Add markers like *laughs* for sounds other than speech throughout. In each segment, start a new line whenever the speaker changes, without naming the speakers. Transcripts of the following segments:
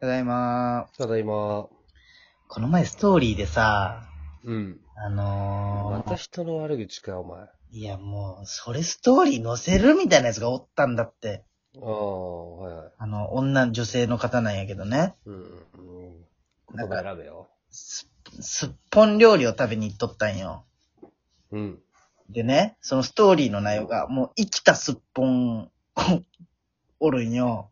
ただいま
ただいま。
この前ストーリーでさ、
うん。
あ
ま
の
た
ー、
人の悪口か、お前。あ
いやもう、それストーリー載せるみたいなやつがおったんだって。
あ、はいはい。
あの、女、女性の方なんやけどね。
うん。うん言葉選べよ。
す、すっぽん料理を食べに行っとったんよ。
うん。
でね、そのストーリーの内容が、もう生きたすっぽん、 *laughs* おるんよ。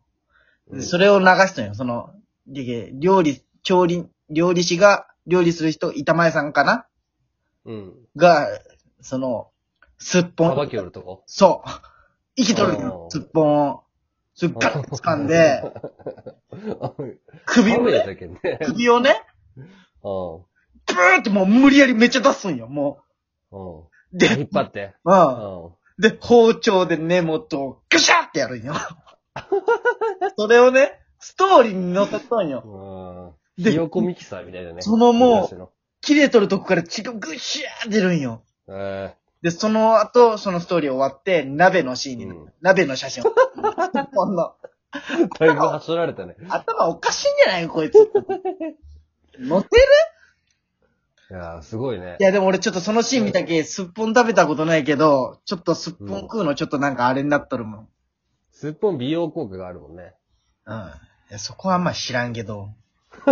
でそ
れ、
れを流しとんよ。その、でけ料理、調理、料理師が、料理する人、板前さんかな
うん。
が、その、すっぽ
さ
ん
ば。きよるとこ。
そう。生きとる
あ
の
ー、
すっぽんを。すっガッと掴ん
*laughs*
で、首
ビ
を
*laughs* ビ
ね、
だけんね。
首をね、
うん。
ブーってもう無理やりめっちゃ出すんよ、も
うん。
う。で、
引っ張って。う
うん。
ん。
で、包丁で根元をグシャってやるん
*laughs*
よ。それをね、ストーリーに載せとんよ。
うん。
で
ひよこミキサーみたいだね。
そのもう
昔の
切れとるとこから血がグシャー出るんよ。
え
で、その後、そのストーリー終わって、鍋のシーンになる、
うん
鍋の写真を。こんな
えだいぶ走られたね。
頭おかしいんじゃないこい
*laughs*
つ。乗ってる
いやー、すごいね
い。や、でも俺ちょっとそのシーン見たけ、すっぽん食べたことないけど、ちょっとすっぽん食うのちょっとなんかあれになっとるもん。うん。
すっぽん美容効果があるもんね。
いやそこはあんま知らんけど。
*laughs*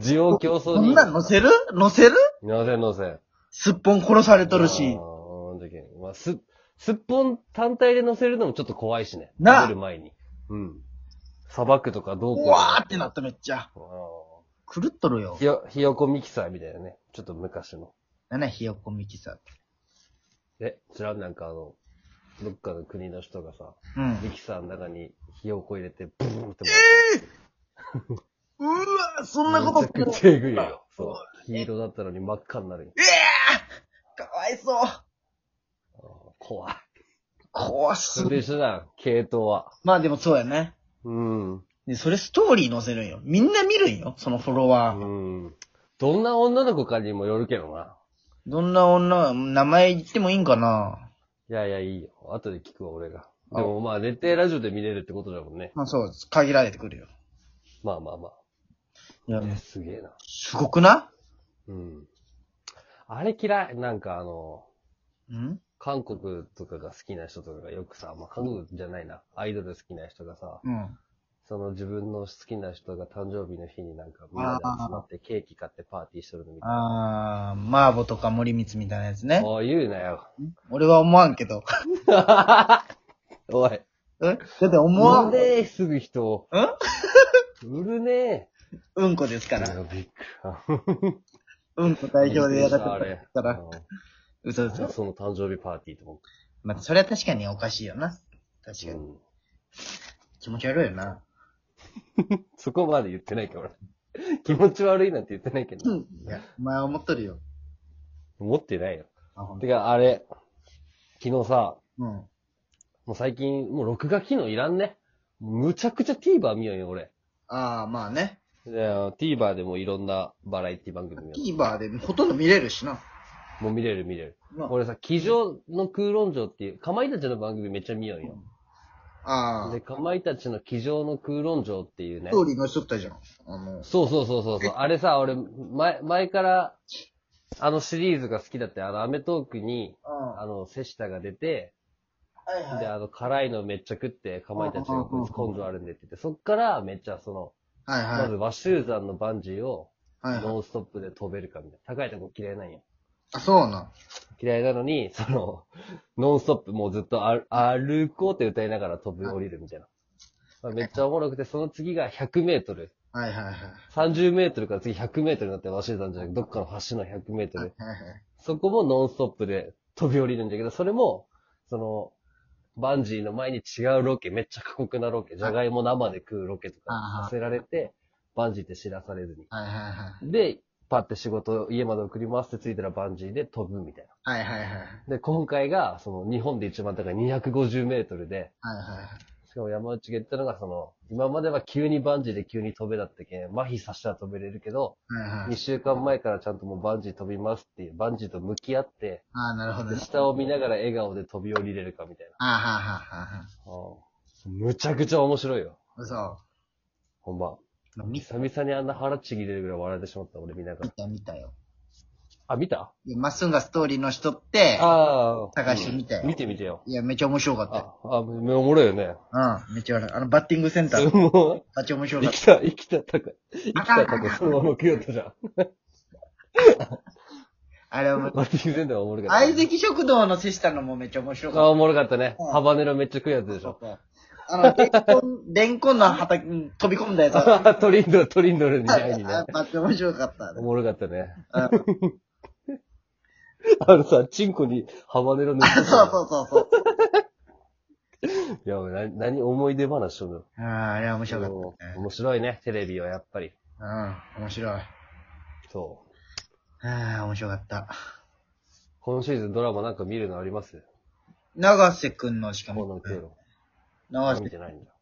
需要競争
こんなん乗せる乗せる
乗せん乗せん。
すっぽん殺されとるし
あー。うんできんまあ、す、すっぽん単体で乗せるのもちょっと怖いしね。
なあ
食べる前に。うん。さばくとかどうこ
う
う
わーってなっためっちゃ。
あ
狂っとるよ
ーひ。よ、ひよこミキサーみたいなね。ちょっと昔の。
なんや、ひよこミキサーって。
え、知らんなんかあの、どっかの国の人がさ、
うん。
ミキサーの中にひよこ入れて、ブーンって
うわーそんな
回
こと
めちゃく
え
ちゃえぐいよ。そう。黄色だったのに真っ赤になるよ。
えーかわいそう。
あー怖い。
怖す
そ
ぎ
れ
る。
一緒だよ、系統は。
まあでもそうやね。
うん。
で、それストーリー載せるんよ。みんな見るんよ、そのフォロワー。
うん。どんな女の子かにもよるけどな。
どんな女、名前言ってもいいんかない
やいや、いいよ。後で聞くわ、俺が。でもまあ、絶対ラジオで見れるってことだもんね。
まあそうです。限られてくるよ。
まあまあま
いや
あ。え、すげえな。
すごくな
うん。あれ嫌い。なんかあの、
ん
韓国とかが好きな人とかがよくさ、まあ韓国じゃないな。アイドル好きな人がさ、
うん。
その自分の好きな人が誕生日の日になんかみんなで集まってケーキ買ってパーティーしてるのみたいな。
あー、マーボとか森光みたいなやつね。
おい、言うな
*laughs*
よ。
俺は思わんけど。 *laughs*
おい。
えだって思わ。
もうんねえ、すぐ人を。売るね
うんこです
え。
か
い
ら。
やびっくり。
うんこ代表でやら
あ
せて
れ
る。から。嘘
うんじゃあ
嘘。
その誕生日パーティーと思っ
まあ、それは確かにおかしいよな。確
て。
か
う
に。
ん
気持ち悪いよな。
そこまで言ってないけど、俺。 *laughs* 気持ち悪いなんて言ってないけど。
いや、お前は思っとるよ。
持ってないよ。
あ、ほんと
てか、あれ、昨日さ、
うん。
もう最近、もう録画機能いらんね。むちゃくちゃ TVer 見ようよ、俺。
あー、まあね。
であの TVer でもいろんなバラエティ番組見よ
TVer でほとんど見れるしな。
う。もう見れる見れる。
な
俺さ、机上の空論城っていう、かまいたちの番組めっちゃ見ようよ。
あー
で、。かまいたちの騎乗の空論城っていうね
ス。トーリー載せとったじゃん。あの、
そうそうそうそうそう。あれさ、俺、前、前から、あのシリーズが好きだって、あの、アメトークに、
あ
あの、瀬下が出て、
はいはい。
で、あの、辛いのめっちゃ食って、かまいたち
うんう
が
んうんう
こ
ん
いつ根性あるんでって言って、そっからめっちゃその、
はい
ま
はい
ず。和集山のバンジーを、
はいはい。
ノンストップで飛べるかみたいな。高いとこ嫌いなんよ。
あ、そうなん。
嫌いなのに、その、ノンストップもうずっとあ歩こうって歌いながら飛び降りるみたいな。まあめっちゃおもろくて、その次が100メートル。
はいはいはい。
30メートルから次100メートルになって、鷲山じゃなくて、どっかの橋の100メート
はい
ル。
はい
そこもノンストップで飛び降りるんだけど、それも、その、バンジーの前に違うロケ、めっちゃ過酷なロケ、じゃがいも生で食うロケとか
あ
させられて、バンジーって知らされずに。
はいはいはい。
で、パって仕事、家まで送りますってついたらバンジーで飛ぶみたい
はいはいはい。
な。で、今回が、その、日本で一番高い250メートルで、
はいはいはい。
しかも山内が言ったのが、その、今までは急にバンジーで急に飛べだったけん、麻痺させたら飛べれるけど、
はいは
2
い。
週間前からちゃんともうバンジー飛びますっていう、バンジーと向き合って、
ああ、なるほど
で
ね。
下を見ながら笑顔で飛び降りれるかみたいな。
ああはあはあはあ。
むちゃくちゃ面白いよ。
嘘。
ほんま。
見
久々にあんな腹ちぎれるぐらい笑えてしまった、俺見ながら。
た見たよ。
あ、見た
いやまっすんがストーリーの人って、
ああ。
探してみたよ
見てみてよ。
いや、めっちゃ面白かったよ。
あ、あ、めおもろいよね。
うん、めっちゃ笑う。あの、バッティングセンター、め
*laughs* も
っちゃ面
う、
白か
生
った。
きた、生きたタコ、生きたタコ、そのまま食いよったじゃん。
あれはもう、
バッティングセンターおもろかった。
相席食堂の瀬下のもめっちゃ面白か
あ、
っ
おもろかったね
うん。
ハバネロめっちゃ食うやつでしたょ。。
あの、レンコン、レンコンの畑に飛び込んだやつ。あ
あトリンドル、トリンドルに会いにね。
めっちゃ面白かった
お。もろかったね。
うん
あのさ、チンコにハバネロ塗って
そうそうそうそう。
いや、な、何思い出話しとんの
ああ、あれは面白かったね。
面白いね、テレビはやっぱり。
うん、面白い。
そう。
ああ、面白かった。
今シーズンドラマなんか見るのあります
長瀬くんのしか
もう
も
なん、ていうの
長
見
瀬、
てないんだ。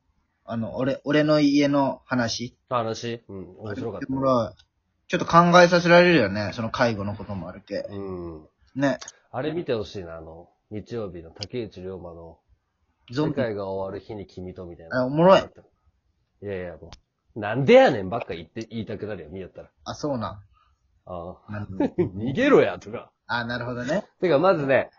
あの、俺、俺の家の話。
話うん、面白かっ
面白いちょっと考えさせられるよね。その介護のこともあるけ
た。。うん。
ね。
あれ見てほしいな、あの、日曜日の竹内涼真の、
ゾ
世
ンビ。
界が終わる日に君とみたいな。
あおもろい。
いやいや、もう、なんでやねんばっか言って、言いたくなるよ、見よったら。
あ、そうな。
ああ。
なるほど
*laughs* 逃げろや、とか。
あ、なるほどね。
てか、まずね、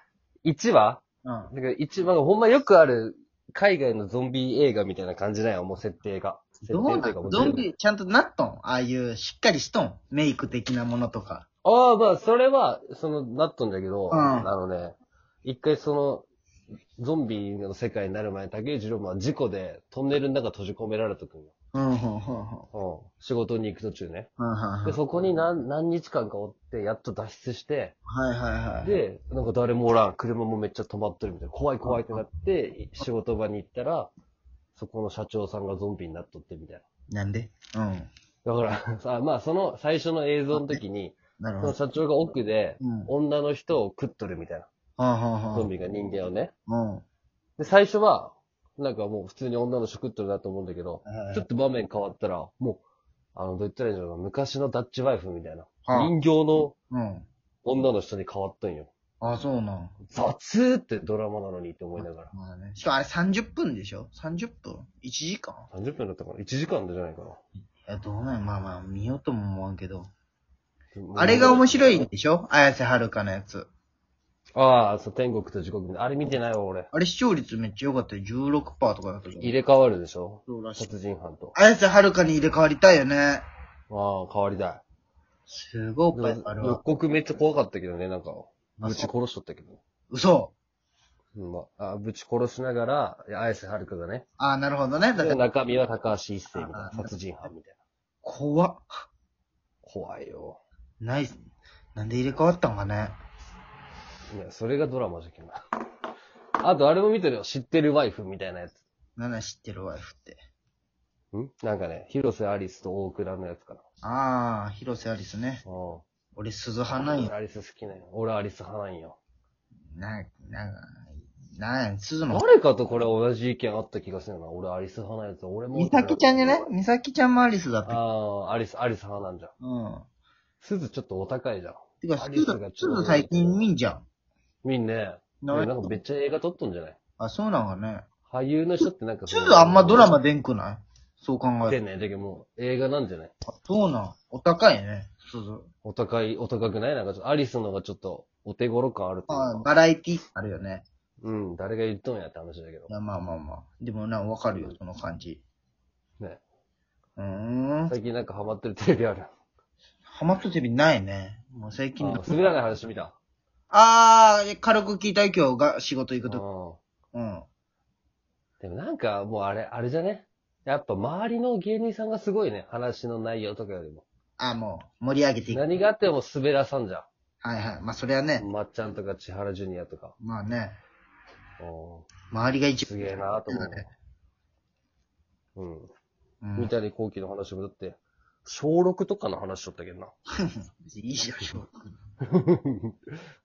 1話
うん。
だから一番、ほんまよくある、海外のゾンビ映画みたいな感じなんよ、もう設定が。設
どう
定と
ない
かも
ん
う
ゾ
全
ン
部
ビ、ちゃんとなっとんああいう、しっかりしとんメイク的なものとか。
ああ、まあ、それは、その、なっとんだけど、
うん
あのね、一回その、ゾンビの世界になる前、竹内涼真は事故でトンネルの中閉じ込められたくんよ。
うん、うん、うん、うん。
うん。仕事に行く途中ね。
うんうんう
で、
ん
そこに何、何日間かおって、やっと脱出して、
はいはいはい。
で、なんか誰もおらん、車もめっちゃ止まっとるみたいな、怖い怖いってなって、仕事場に行ったら、そこの社長さんがゾンビになっとってみたい
なんでうん。
な。だから、 *laughs* さまあその最初の映像の時に、
なる
そ
ほ
の
ど。
社長が奥で
う、ん。
女の人を食っとるみたいな。
はんはんは
ゾン
ん。
ビが人間をね。
うん。
で、最初は、なんかもう普通に女の人食っとるなと思うんだけど、ちょっと場面変わったら、もう、あの、どう言ったらいいんだろうな、昔のダッチワイフみたいな。
は
人形の
うん。
女の人に変わったんよ。
あ、そうなん。
雑ってドラマなのにって思いながら。
まあね。しかもあれ30分でしょ ?30 分 ?1 時間
30分だったかな ?1 時間じゃないか
いや、どうなんまあまあ、見ようとも思わんけど。
な。
あれが面白いんでしょ綾瀬はるかのやつ。
ああ、そう、天国と地獄。あれ見てないわ、俺。
あれ視聴率めっちゃ良かったよ。16%とかだったじゃん
入れ替わるでしょ
そうらしい
殺人犯と。
綾瀬はるかに入れ替わりたいよね。
ああ、変わりた
すごい
い。
おっぱいある
予
わ。
告めっちゃ怖かったけどね、なんか。
あ
ぶち殺しとったけど。
嘘。
うんまあ、あぶち殺しながら、いや綾瀬はるかがね。
ああ、なるほどね。だか
で
ら、
中身は高橋一生みたい
あ
な。
ー
殺人犯みたいな。
怖っ。
怖いよ。
ない、なんで入れ替わったんかね。
いや、それがドラマじゃけんな。あと、あれも見てるよ。知ってるワイフみたいなやつ。
なんだ知ってるワイフって。
んなんかね、広瀬アリスと大倉のやつかな。
ああ、広瀬アリスね。
うん。
俺、鈴花よ。
アリス好きなんよ。俺アリス派なんよ。
な、な、な、鈴の。
誰かとこれ同じ意見あった気がするな。俺アリス派なんやつ。俺も。
美咲ちゃんじゃない美咲ちゃんもアリスだっ
あ
た。
あ、アリス、アリス派なんじゃん。
うん。
すずちょっとお高いじゃん。
てか、
アリ
鈴
スが、ちょうど
鈴最近見んじゃん。
みんね。
な
俺なんかめっちゃ映画撮っとんじゃない
あ、そうなんかね。
俳優の人ってなんか。
鈴あんまドラマ出んくないそう考え
出
る
んねん。だけどもう映画なんじゃない
と。あそうなん。お高いね、鈴。
お高い、お高くないなんかちょっとアリスの方がちょっとお手頃感あるという
あ
か。
バラエティあるよね。
うん、誰が言っとんやって話だけど
い。や、まあまあまあ。でもな、わかるよ、その感じ。
ね。
うーん。
最近なんかハマってるテレビある。
ハマったテレビないね。もう最近
あ滑らない話見た。
あー、軽く聞いたよ今日が仕事行く
う
と。
ん。
うん。
でもなんかもうあれ、あれじゃねやっぱ周りの芸人さんがすごいね。話の内容とかよりも。
あもう、盛り上げていく。はい
何があっても滑らさんじゃ
はい。まあ、それはね
ん。、まっちゃんとか千原ジュニアとか。
まあね、
うん
周りが一
すげえなと思うわ。
う
うん。三
ん。
谷幸喜の話もだって、小6とかの話しとったけどな。
いいじゃん、小6。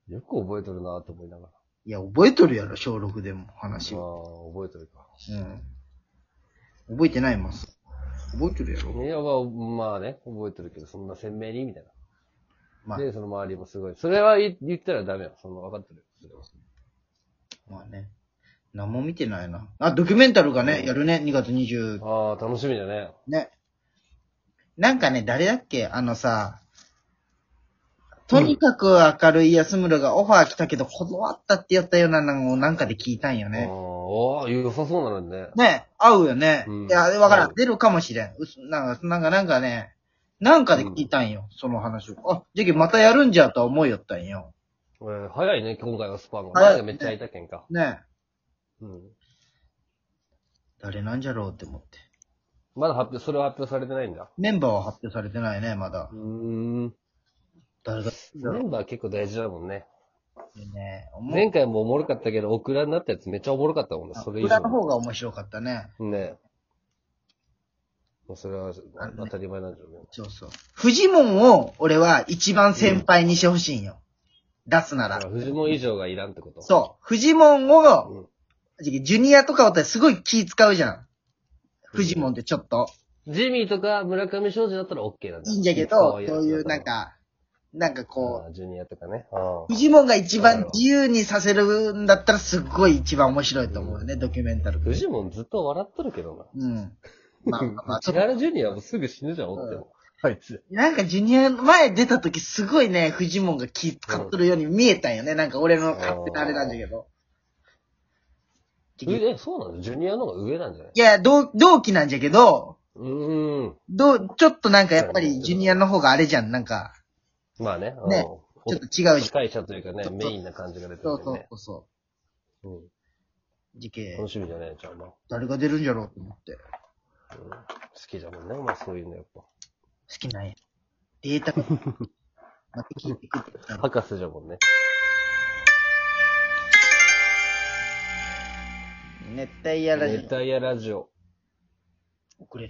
よく覚えとるなと思いながら。
いや、覚えとるやろ、小6でも話
あ
を。
あ、覚えとるか。
うん。覚えてないもん。覚えてるやろ。
いや、まあ、まあね、覚えてるけど、そんな鮮明にみたいな。
まあ、
で、その周りもすごい。それは言言ったらダメよ。その、分かってる。それは
まあね。何も見てないな。あ、ドキュメンタルがね、やるね、2月20。
ああ、楽しみだね。
ね。なんかね、誰だっけあのさ、とにかく明るい安村がオファー来たけど断ったってやったようなのをなんかで聞いたんよね。
ね。ああ、良さそうなのにね。
ね、合うよね。
うん
いや、わから
うん
ん。出るかもしれん。うすなんか、なんか、なんかね、なんかで聞いたんよ、その話を。あ、じゃけまたやるんじゃとは思いよったんよ。
えー早いね、今回はスパンが。
早い
前がめっちゃ空いたけんか。
ね。
うん。
誰なんじゃろうって思って。
まだ発表、それは発表されてないんだ。
メンバーは発表されてないね、まだ
う。ーん。
誰だ
メンバー結構大事だもんね。
ね。思う
前回もおもろかったけど、オクラになったやつめっちゃおもろかったもんね、それ以
裏
上
の方が面白かったね。
に。ね。もうそれは当たり前なんじゃね。
そうそう。フジモンを、俺は一番先輩にしてほしいんよ。出すな
だ
ら
から。藤本以上がいらんってこと。
そう。フジモンを、
うん。
ジュニアとかおったらすごい気使うじゃん。フジモンってちょっと。
ジミーとか村上正治だったら OK なんだ。
いいんじゃけ
可
ど、
愛
そういうなん
や
か、なんか
つだったら、
こ
あージュニアとかね。あ
う、フジモンが一番自由にさせるんだったらすっごい一番面白いと思うよね、ドキュメンタル。
フジモンずっと笑っとるけどな。
うん。まあ *laughs* まあまあ、ちょ
千
っと、
原ジュニアもすぐ死ぬじゃん、おっても。あいつ。
なんかジュニア前出た時すごいね、フジモンが気使ってるように見えたんよね。なんか俺の勝手なあれなんだけど。い
え、そうなのジュニアの方が上なんじゃない
や、同同期なんじゃけど、
うーん。
どう、ちょっとなんかやっぱりジュニアの方があれじゃん、なんか、
まあね。あの
ねちょっと違うじ
司会者というかね
ちょっ、と
メインな感じが出て
ゃん。
る
そ
よ
う
ね。
そうそう。
うん
時系
楽しみじゃねえじゃん、まあ。
誰が出るんじゃろうと思って。
うん好きだもんね、お前そういうのやっぱ。
好きなんや。デー *laughs* タが、また聞いてくって言ったら
博士じゃもんね。
熱帯夜ラジ
熱帯夜ラジオ。
オ遅れる。